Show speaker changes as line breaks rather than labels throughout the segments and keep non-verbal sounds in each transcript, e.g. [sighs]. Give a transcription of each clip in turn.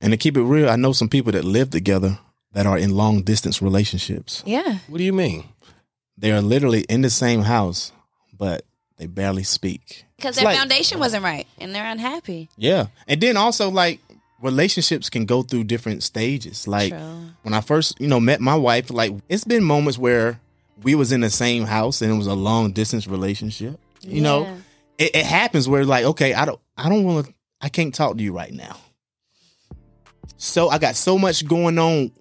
And to keep it real, I know some people that live together that are in long distance relationships.
Yeah.
What do you mean?
They are literally in the same house, but they barely speak.
Because
It's
their
like-
foundation wasn't right and they're unhappy.
Yeah. And then also like relationships can go through different stages. Like
True.
when I first, you know, met my wife, like it's been moments where we was in the same house and it was a long distance relationship. You know, it, it happens where like, okay, I don't I don't wanna I can't talk to you right now. So I got so much going on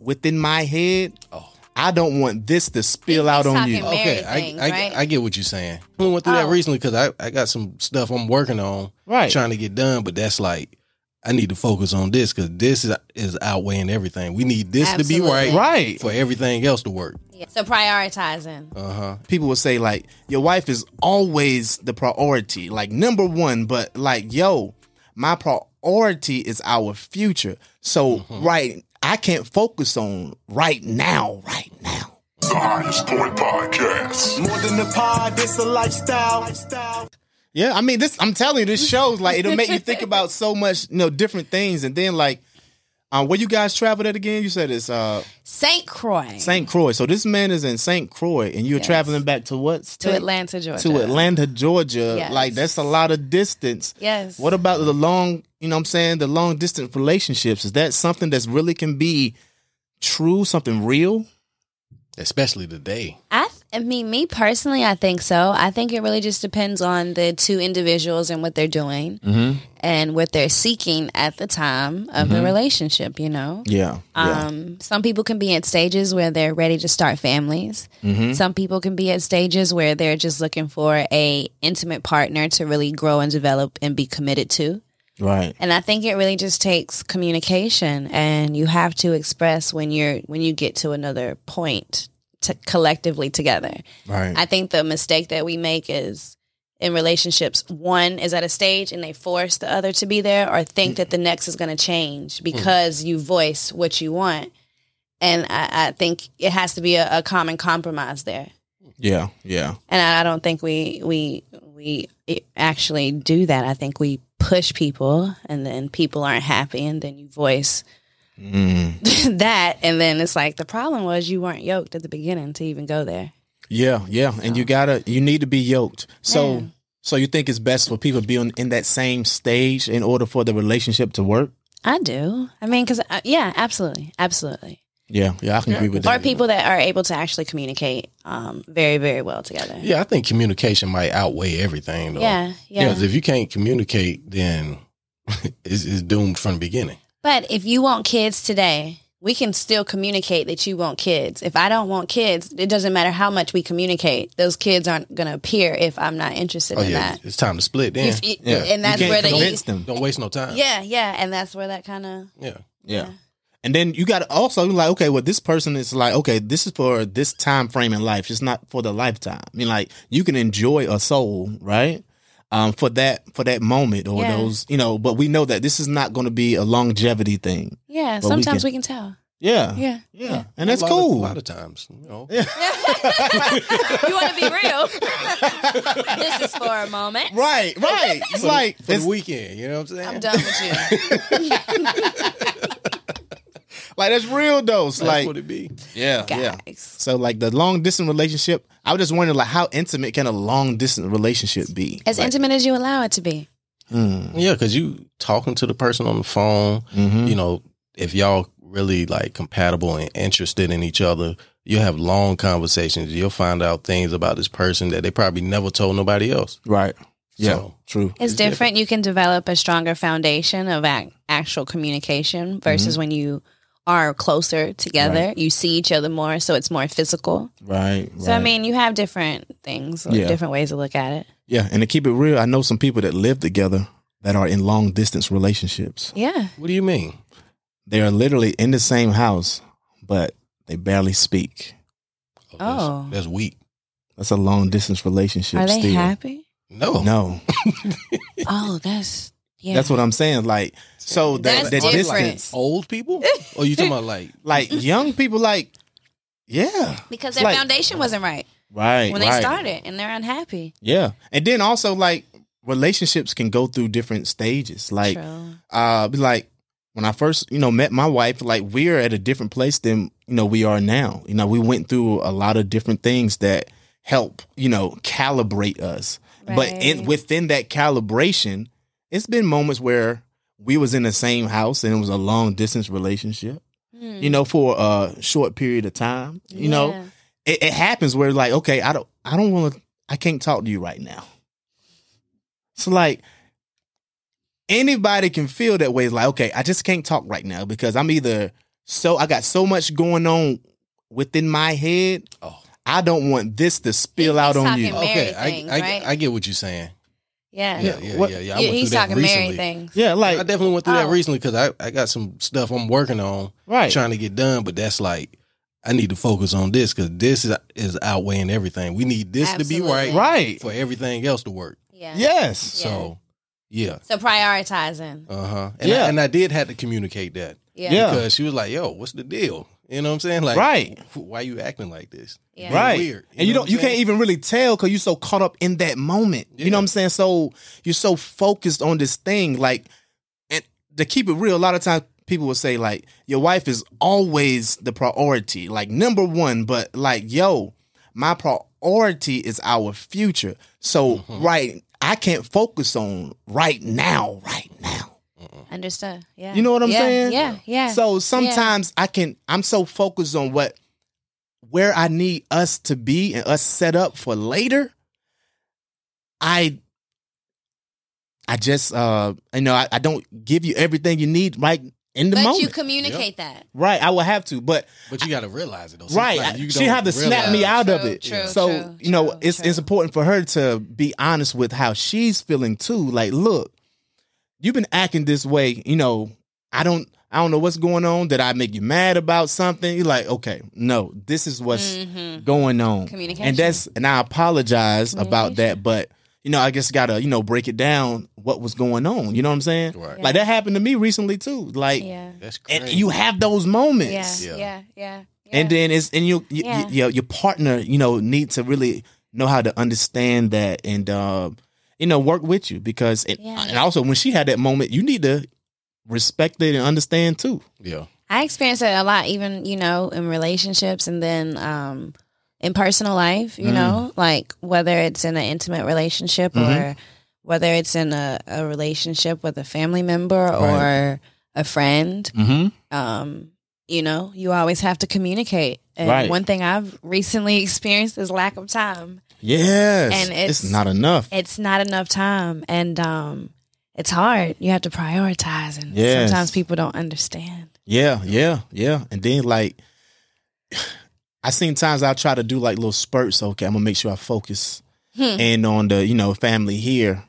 within my head.
Oh.
I don't want this to spill
He
out
keeps
on you.
talking
Okay,
marry
I,
things,
I,
right?
I get what you're saying. I went through
Oh.
that recently because I, I got some stuff I'm working on,
Right.
trying to get done, but that's like, I need to focus on this because this is, is outweighing everything. We need this to be
Absolutely.
right,
Oh, Right.
for everything else to work.
Yeah. So prioritizing.
Uh huh.
people will say like your wife is always the priority like number one but like yo my priority is our future so right i can't focus on right now right now
The Highest Point Podcast.
More than a pod, it's a lifestyle.
yeah i mean this i'm telling you
[laughs]
this shows like it'll make you think about so much you know different things and then like um, where you guys traveled at again? You said it's uh,
St. Croix.
St. Croix. So this man is in St. Croix, and you're
Yes.
traveling back to what?
to
state?
Atlanta, Georgia.
to Atlanta, Georgia.
Yes.
Like that's a lot of distance.
Yes.
What about the long, you know what I'm saying, the long distance relationships? Is that something that's really can be true, something real?
Especially today.
I, th- I mean, me personally, I think so. I think it really just depends on the two individuals and what they're doing
Mm-hmm.
and what they're seeking at the time of the relationship, you know?
Yeah. yeah.
Um, some people can be at stages where they're ready to start families. Some people can be at stages where they're just looking for a intimate partner to really grow and develop and be committed to.
Right.
And I think it really just takes communication and you have to express when you're when you get to another point to collectively together.
Right.
I think the mistake that we make is in relationships, one is at a stage and they force the other to be there or think that the next is going to change because you voice what you want. And I, I think it has to be a, a common compromise there.
yeah. Yeah.
And I, I don't think we we we e, actually do that. I think we push people, and then people aren't happy, and then you voice [laughs]
Mm.
that, and then it's like the problem was you weren't yoked at the beginning to even go there.
Yeah. Yeah. And you gotta you need to be yoked. So
Yeah.
so you think it's best for people to be on, in that same stage in order for the relationship to work?
I do. I mean, because yeah, absolutely, absolutely.
Yeah, yeah, I can agree with
Or
that.
people that are able to actually communicate um, very, very well together.
Yeah, I think communication might outweigh everything, though.
yeah, yeah.
'Cause if you can't communicate, then [laughs] it's, it's doomed from the beginning.
But if you want kids today, we can still communicate that you want kids. If I don't want kids, it doesn't matter how much we communicate. Those kids aren't going to appear if I'm not interested
Oh,
in
yeah.
that.
It's time to split
You
then.
f- you-
Yeah.
And that's
you can't
where
convince
the e-
them.
Don't waste no time.
yeah, yeah, and that's where that kind of
Yeah.
Yeah. And then you got to also like, okay, well, this person is like, okay, this is for this time frame in life. It's not for the lifetime. I mean, like you can enjoy a soul, right? Um, for that for that moment or
Yeah.
those, you know. But we know that this is not going to be a longevity thing.
yeah.
But we
sometimes
can-
we can tell.
Yeah,
Yeah.
yeah, and that's
a lot of-
cool.
a lot of times, you know.
You want to be
[laughs]
real? this is for a moment.
right,
[laughs]
right. It's
for the-
like
for
it's
the weekend. You know what I'm saying?
I'm done with you.
like that's real though. It's
That's
like
what it be.
[laughs] yeah, yeah.
Guys.
So like the long distance relationship, I was just wondering like how intimate can a long distance relationship be?
As intimate as you allow it to be.
Yeah, because you talking to the person on the phone.
Mm-hmm.
You know, if y'all really like compatible and interested in each other, you'll have long conversations. You'll find out things about this person that they probably never told nobody else.
Right. Yeah.
So-
true.
It's different. You can develop a stronger foundation of ac- actual communication
Mm-hmm.
versus when you are closer together. You see each other more, so it's more physical.
Right.
So I
right.
mean, you have different things, or
Yeah.
different ways to look at it.
Yeah, and to keep it real, I know some people that live together that are in long distance relationships.
Yeah,
What do you mean?
They are literally in the same house, but they barely speak.
that's-
Oh.
that's, weak.
That's a long distance relationship.
are they
still. [laughs]
happy?
No,
No,
Oh, that's yeah.
that's what I'm saying. Like, so
That's
that, that
different.
distance,
old people. or you talking
[laughs]
about like
like young people, like, yeah,
because their
Like-
foundation wasn't right
right,
when they
right.
started, and they're unhappy.
yeah, and then also like relationships can go through different stages. Like,
True.
uh, be like when I first, you know, met my wife, like we're at a different place than, you know, we are now. You know, we went through a lot of different things that help, you know, calibrate us. But in
Right.
within that calibration, it's been moments where we was in the same house and it was a long distance relationship,
Mm-hmm.
you know, for a short period of time. You know,
Hmm. Yeah.
it, it happens where like, okay, I don't I don't wanna I can't talk to you right now. So like anybody can feel that way. It's like, okay, I just can't talk right now because I'm either so I got so much going on within my head.
Oh.
I don't want this to spill
He's
out on you.
talking Mary
okay, I,
thing,
I,
right?
I get what you're saying.
yeah.
Yeah, yeah,
What-
yeah, yeah. I
Yeah,
went
he's
through that
talking Mary
recently.
things.
Yeah,
I
like
definitely went through that
Oh.
recently because I, I got some stuff I'm working on,
right.
trying to get done, but that's like I need to focus on this because this is is outweighing everything. We need this to be right,
Absolutely.
right.
for everything else to work.
Yeah.
Yes.
So, yeah,
So prioritizing.
uh huh. And
Yeah.
I, and I did have to communicate that
Yeah.
Yeah.
because she was like, "Yo, what's the deal?" You know what I'm saying? Like,
Right.
wh- Why you acting like this?
Yeah.
Right.
Weird.
and you
know
don't
what
you
I'm saying?
can't even really tell cuz you're so caught up in that moment. You
Yeah.
know what I'm saying? So you're so focused on this thing like and to keep it real a lot of times people will say like your wife is always the priority, like number 1, but like yo, my priority is our future. So
Mm-hmm.
right, I can't focus on right now, right now.
Understood. Yeah.
You know what I'm
Yeah,
saying?
Yeah. Yeah.
So sometimes I can I'm so focused on what where I need us to be and us set up for later. I I just uh you know I, I don't give you everything you need right in the
but
moment.
you communicate that.
right, I will have to, but
But you got to realize it though.
right,
Sometimes
I-
you
she
don't
had to snap
realize-
me out of
True,
it.
true,
so
true,
you know
true,
it's it's
true.
important for her to be honest with how she's feeling too. Like, look, you've been acting this way. You know, I don't I don't know what's going on. Did I make you mad about something? You're like, okay, no, this is what's
Mm-hmm.
going on.
Communication.
And that's and I apologize about that, but you know, I just gotta you know break it down what was going on. You know what I'm saying?
Right.
Like that happened to me recently too. Like,
Yeah.
That's crazy.
and you have those moments.
Yeah.
Yeah.
Yeah. Yeah. Yeah.
And then it's and you, you,
Yeah.
you- your partner, you know, need to really know how to understand that and uh, you know work with you because it,
Yeah.
and also when she had that moment, you need to respect it and understand too.
yeah.
I experienced it a lot, even you know, in relationships, and then um, in personal life.
Mm.
You know, like whether it's in an intimate relationship
Mm-hmm.
or whether it's in a, a relationship with a family member or a friend.
Mm-hmm.
um, you know, you always have to communicate. And
Right.
one thing I've recently [laughs] experienced is lack of time.
Yes,
And
it's,
it's-
not enough.
It's not enough time, and um, it's hard. You have to prioritize, and
Yes.
sometimes people don't understand.
Yeah, yeah, yeah. And then like [sighs] I seen times I try to do like little spurts. Okay, I'm gonna make sure I focus
Hmm.
and on the you know family here.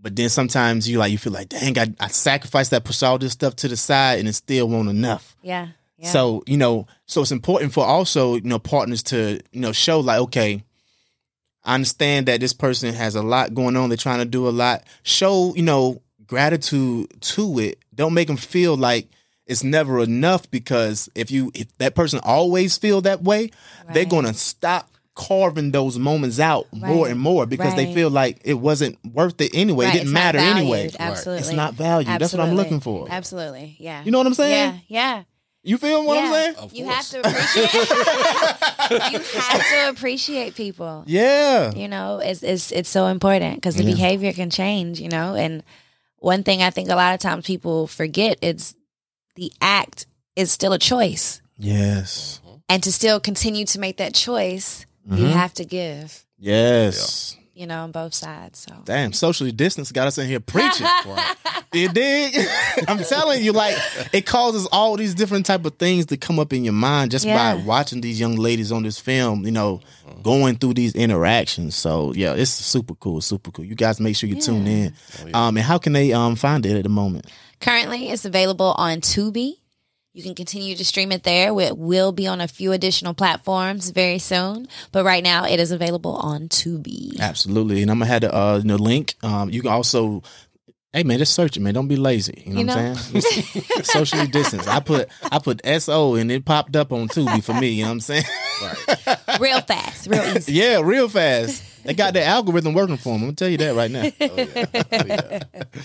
But then sometimes you like you feel like dang I, I sacrificed that push all this stuff to the side and it still won't enough.
Yeah. yeah.
So you know, so it's important for also you know partners to you know show like okay, I understand that this person has a lot going on. They're trying to do a lot. Show you know gratitude to it. Don't make them feel like it's never enough because if you if that person always feel that way, they're
Right.
gonna stop carving those moments out more
Right.
and more because they
Right.
feel like it wasn't worth it anyway.
Right,
It didn't
it's not
matter
valued.
anyway.
Absolutely.
It's not valued. That's what I'm
Absolutely.
looking for.
Absolutely. Yeah.
You know what I'm saying?
Yeah. Yeah.
You feel what I'm
Yeah.
saying?
Of
You have
course.
to
[laughs]
appreciate. you have to appreciate people.
Yeah.
you know it's it's it's so important because the
Yeah.
behavior can change you know and one thing i think a lot of times people forget it's the act is still a choice
Yes.
and to still continue to make that choice you
Mhm.
have to give
Yes.
you know on both sides so
Damn, socially distance got us in here
[laughs]
preaching. you dig? [laughs] I'm telling you, like it causes all these different type of things to come up in your mind just
Yeah.
by watching these young ladies on this film. You know, going through these interactions. So yeah, it's super cool, super cool. You guys make sure you tune in. Um, and how can they um find it at the moment?
currently it's available on tubi you can continue to stream it there it will be on a few additional platforms very soon but right now it is available on
[laughs]
tubi
Absolutely, and I'm gonna have the uh, you know, link. Um, you can also, hey man, just search it, man. Don't be lazy. You know,
You
what I'm saying? [laughs] Socially distance. I put I put S O and it popped up on Tubi for me. You know what I'm saying?
real
[laughs]
fast real easy
yeah, real
[laughs] Oh,
fast. They got that algorithm working for them. I'm gonna tell you that right now.
Oh, yeah. Oh, yeah.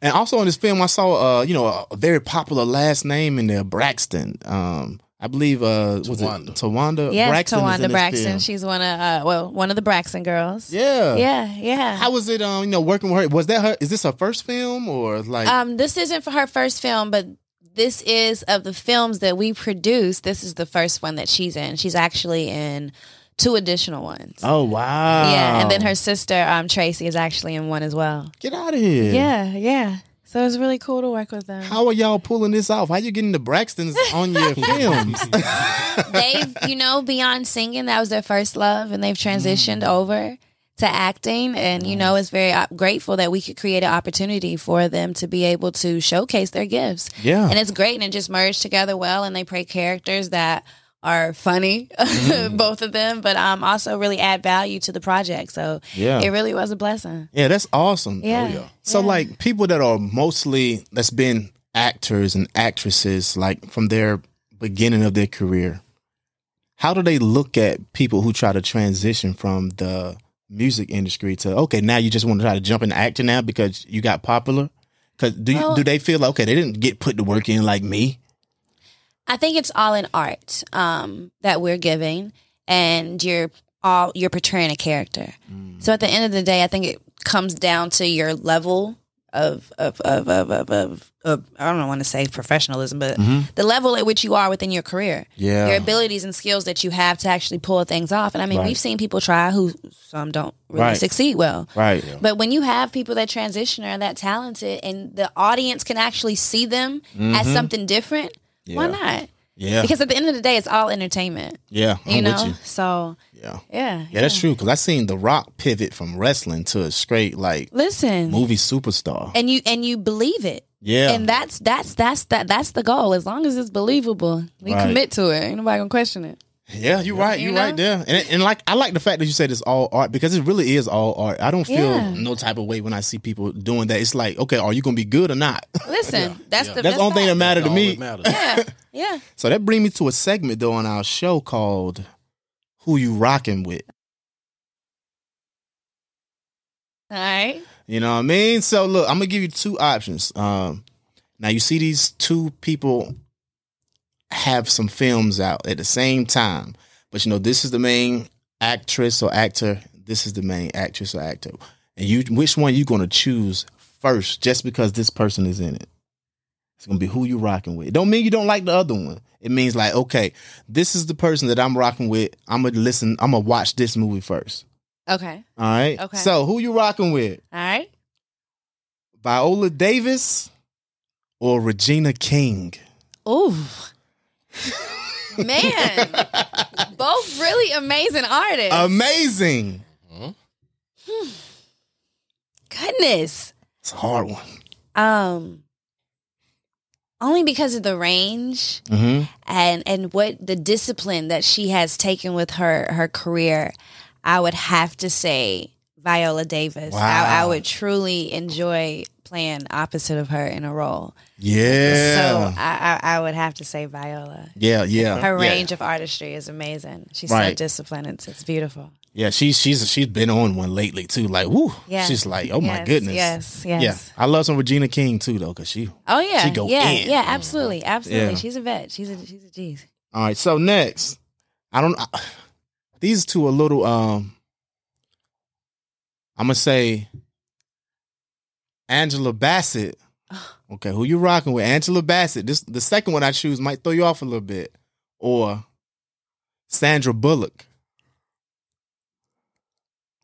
And also in this film, I saw uh, you know a very popular last name in there, Braxton. Um, I believe uh, was
Tawanda.
it Tawanda?
Yes,
Braxton is in
Tawanda
this
Braxton.
film.
She's one of uh, well, one of the Braxton girls.
Yeah.
yeah, yeah.
How was it? Um, you know, working with her. Was that her? Is this her first film or like?
um, this isn't for her first film, but this is of the films that we produced. This is the first one that she's in. She's actually in two additional ones.
oh wow.
Yeah, and then her sister um, Tracy is actually in one as well.
Get out of here.
Yeah, yeah. So it was really cool to work with them. [laughs]
How are y'all pulling this off? How you getting the Braxtons on your films?
they've, you know, beyond singing, that was their first love, and they've transitioned over to acting. And, you know, it's very uh, grateful that we could create an opportunity for them to be able to showcase their gifts.
[laughs] yeah.
And it's great, and it just merged together well, and they play characters that are funny, [laughs] both of them, but um, also really add value to the project. So
Yeah.
it really was a blessing.
Yeah, that's awesome.
Yeah. Oh, yeah.
So
Yeah.
like people that are mostly that's been actors and actresses like from their beginning of their career. How do they look at people who try to transition from the music industry to okay, now you just want to try to jump into acting now because you got popular? Cuz do you,
Well-
do they feel like okay, they didn't get put to work in like me?
I think it's all an art um, that we're giving, and you're all you're portraying a character. So at the end of the day, I think it comes down to your level of of of of of, of, of I don't want to say professionalism, but the level at which you are within your career,
Yeah.
your abilities and skills that you have to actually pull things off. And I mean,
Right.
we've seen people try who some don't really
Right.
succeed well.
Right.
[laughs] But when you have people that transition or that talented and the audience can actually see them as something different, why
Mm-hmm. Yeah.
not?
Yeah.
Because at the end of the day, it's all entertainment,
yeah, I'm
you know?
with you.
So,
Yeah.
yeah.
Yeah, that's true cuz I seen The Rock pivot from wrestling to a straight like
Listen.
movie superstar.
And you and you believe it.
yeah.
And that's that's that's that that's the goal. As long as it's believable, we
Right.
commit to it. Ain't nobody gonna question it.
Yeah, you're right. You're
You know?
right there. And, and like I like the fact that you said it's all art because it really is all art. I don't feel
Yeah.
no type of way when I see people doing that. It's like, okay, are you gonna be good or not? [laughs]
Listen, that's the
That's the only thing that
fact.
mattered to
All
me.
that matters.
Yeah, yeah.
So that brings me to a segment though on our show called "Who You Rocking With."
All right.
You know what I mean? So look, I'm gonna give you two options. Um, now you see these two people have some films out at the same time, but you know this is the main actress or actor. This is the main actress or actor, and you which one you gonna choose first? Just because this person is in it, it's gonna be who you rocking with. It don't mean you don't like the other one. It means like okay, this is the person that I'm rocking with. I'm gonna listen. I'm gonna watch this movie first.
Okay.
All right.
Okay.
So who you rocking with?
All right.
Viola Davis or Regina King?
Ooh. Man, both really amazing artists.
Amazing.
Goodness.
It's a hard one.
Um, only because of the range
Mm-hmm.
and and what the discipline that she has taken with her her career, I would have to say Viola Davis. I, I
Wow.
would truly enjoy playing opposite of her in a role.
Yeah.
So I, I I would have to say Viola.
yeah, yeah.
Her
yeah.
range of artistry is amazing. She's so
Right.
disciplined. It's it's beautiful.
Yeah, she's she's she's been on one lately too. Like, woo.
Yeah.
She's like, oh my
Yes,
goodness.
Yes. Yes.
Yeah. I love some Regina King too though, cause she
Oh yeah.
She go
yeah.
in.
Yeah. Absolutely. Absolutely.
Yeah.
She's a vet. She's a she's a G's.
All right, so next, I don't. I, these two are little. Um, I'm gonna say Angela
[sighs]
Bassett. Okay, who you rocking with? Angela Bassett. This the second one I choose might throw you off a little bit, or Sandra Bullock.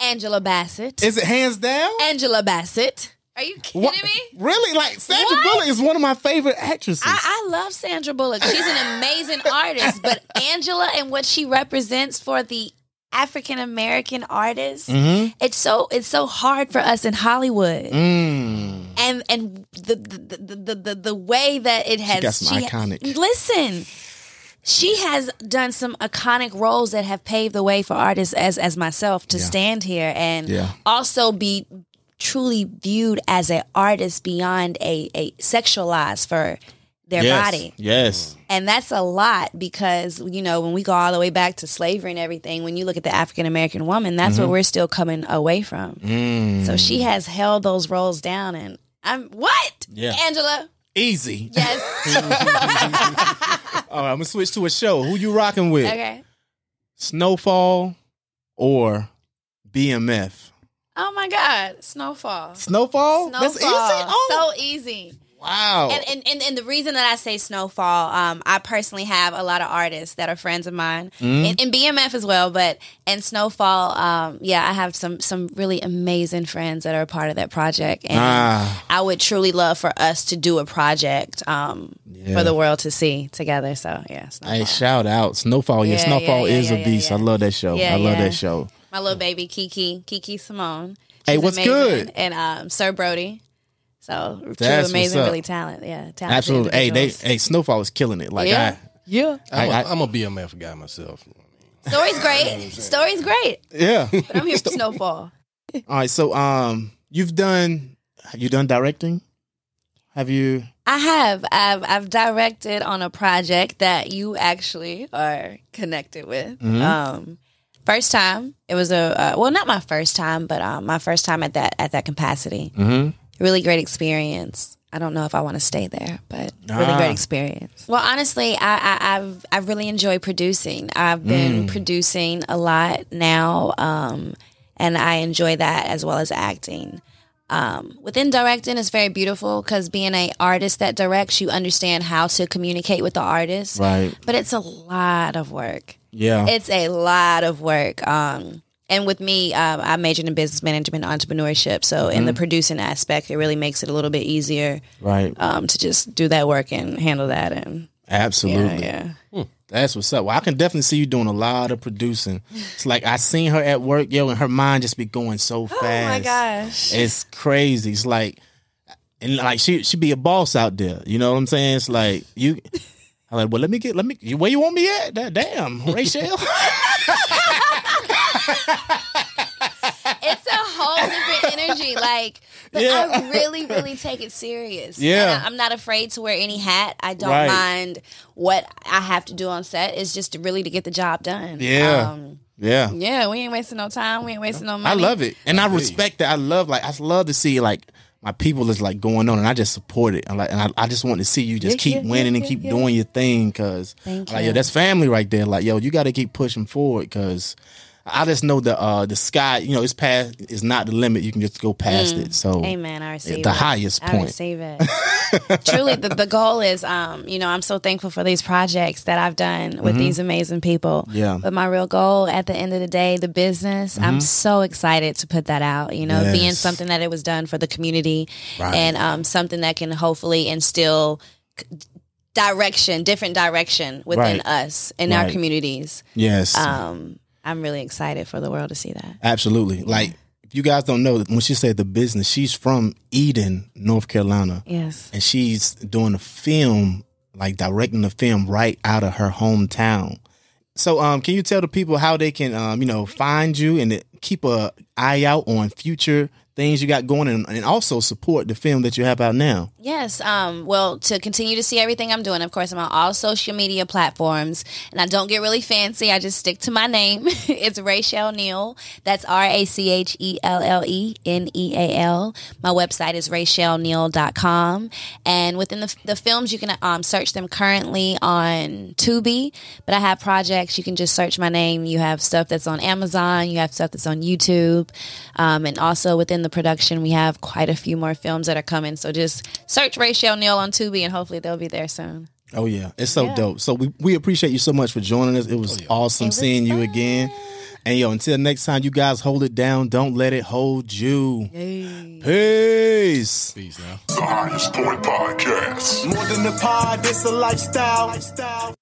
Angela Bassett.
Is it hands down?
Angela Bassett. Are you kidding
What-
me?
Really? Like Sandra
What?
Bullock is one of my favorite actresses.
I, I love Sandra Bullock. She's an amazing
[laughs]
artist, but Angela and what she represents for the African American artist,
Mhm.
it's so it's so hard for us in Hollywood.
Mm.
And and the the, the the the the way that it has
got some iconic-
Listen. She has done some iconic roles that have paved the way for artists as as myself to stand here and
Yeah.
also be truly viewed as an artist beyond a, a sexualized for their
yes.
body.
Yes.
And that's a lot because, you know, when we go all the way back to slavery and everything, when you look at the African American woman, that's what we're still coming away from.
Mm-hmm. Mm.
So she has held those roles down and I'm what?
Yeah.
Angela.
Easy. [laughs]
[laughs] Yes.
All right, I'm gonna switch to a show. Who you rocking with?
okay.
Snowfall or BMF?
Oh my God. Snowfall.
Snowfall.
Snowfall.
That's easy. Oh,
So easy.
wow.
And, and, and, and the reason that I say Snowfall, um, I personally have a lot of artists that are friends of mine,
Mm.
and, and BMF as well, but and Snowfall, um, yeah, I have some some really amazing friends that are a part of that project, and
ah,
I would truly love for us to do a project um,
yeah.
for the world to see together. So yeah, Snowfall.
Hey, shout out Snowfall. Yeah,
Yeah,
Snowfall
yeah, yeah,
is
yeah,
a beast.
yeah.
I love that show.
Yeah,
I love
yeah.
that show.
my little baby Kiki Kiki Simone.
Hey,
She's
what's
amazing.
good?
And um, Sir Brody. So true,
That's what's
amazing,
up.
really talent. Yeah, talented
Absolutely. Hey, they
individuals.
hey Snowfall is killing it. Like
Yeah.
I
Yeah,
[laughs]
I'm,
I-
a, I'm a BMF guy myself.
story's great. story's great.
yeah.
But I'm here for Snowfall.
[laughs] All right, so um, you've done have you done directing? Have you?
I have. I've I've directed on a project that you actually are connected with.
Mhm.
Um, first time. It was a uh, well, not my first time, but um, my first time at that at that capacity.
Mm-hmm.
Really great experience. I don't know if I want to stay there, but really
Ah.
great experience. Well, honestly, I, I I've I really enjoy producing. I've
Mm.
been producing a lot now, um, and I enjoy that as well as acting um, within directing it's very beautiful because being a artist that directs you understand how to communicate with the artist
Right.
but it's a lot of work
Yeah.
it's a lot of work um, and with me um, i majored in business management entrepreneurship so in
Mm-hmm.
the producing aspect it really makes it a little bit easier
right.
um, to just do that work and handle that and yeah,
Absolutely.
yeah.
That's what's up. Well, I can definitely see you doing a lot of producing. It's like I seen her at work, yo, and her mind just be going so fast.
[gasps] oh my gosh
It's crazy. It's like, and like she she be a boss out there. You know what I'm saying? It's like you. [laughs] I'm like, well, let me get, let me. Where you want me at? Da- Damn, Rachel. [laughs]
it's a whole different energy. Like, but
Yeah.
I really, really take it serious.
Yeah.
And I, am not afraid to wear any hat. I don't
Right.
mind what I have to do on set. It's just really to get the job done.
Yeah.
Um,
yeah.
yeah, we ain't wasting no time. We ain't wasting no
I
money.
love it, and I
feel you.
respect that. I love like I love to see like my people is like going on, and I just support it. I'm like, and I, I just want to see you just
Yeah,
keep
yeah,
winning
yeah,
and keep
yeah, yeah.
doing your thing, because
Thank
like
you.
yo, that's family right there. Like yo, you got to keep pushing forward, because I just know the uh the sky, you know, it's past is not the limit. You can just go past it. So
Mm, Amen. I receive
the
it.
highest
I
point.
receive it. [laughs] Truly, the, the goal is, um, you know, I'm so thankful for these projects that I've done with these amazing people.
Mm-hmm. Yeah. Mm-hmm.
But my real goal at the end of the day, the business, I'm so excited to put that out, you know, being
Yes.
something that it was done for the community and um, something that can hopefully instill c- direction, different direction within
Right.
us in our
Right.
communities.
yes,
Um, I'm really excited for the world to see that.
absolutely. Like if you guys don't know, when she said the business, she's from Eden, North Carolina.
Yes.
and she's doing a film, like directing the film right out of her hometown. So, um, can you tell the people how they can, um, you know, find you and to keep a eye out on future things you got going, and, and also support the film that you have out now?
Yes. Um, well, to continue to see everything I'm doing, of course, I'm on all social media platforms, and I don't get really fancy. I just stick to my name. [laughs] it's Rachelle Neal. That's R A C H E L L E N E A L. My website is rachelneal.com. And within the, the films, you can um, search them currently on Tubi, but I have projects. You can just search my name. You have stuff that's on Amazon, you have stuff that's on YouTube. Um, and also within the production, we have quite a few more films that are coming. So just search Rachel Neal on Tubi and hopefully they'll be there soon.
Oh yeah, Oh, it's so dope. So we, we appreciate you so much for joining us. It was awesome seeing you again. And yo, until next time, you guys hold it down. Don't let it hold you. Peace.
Peace now.
The Highest Point Podcast.
More than a pod, it's a lifestyle.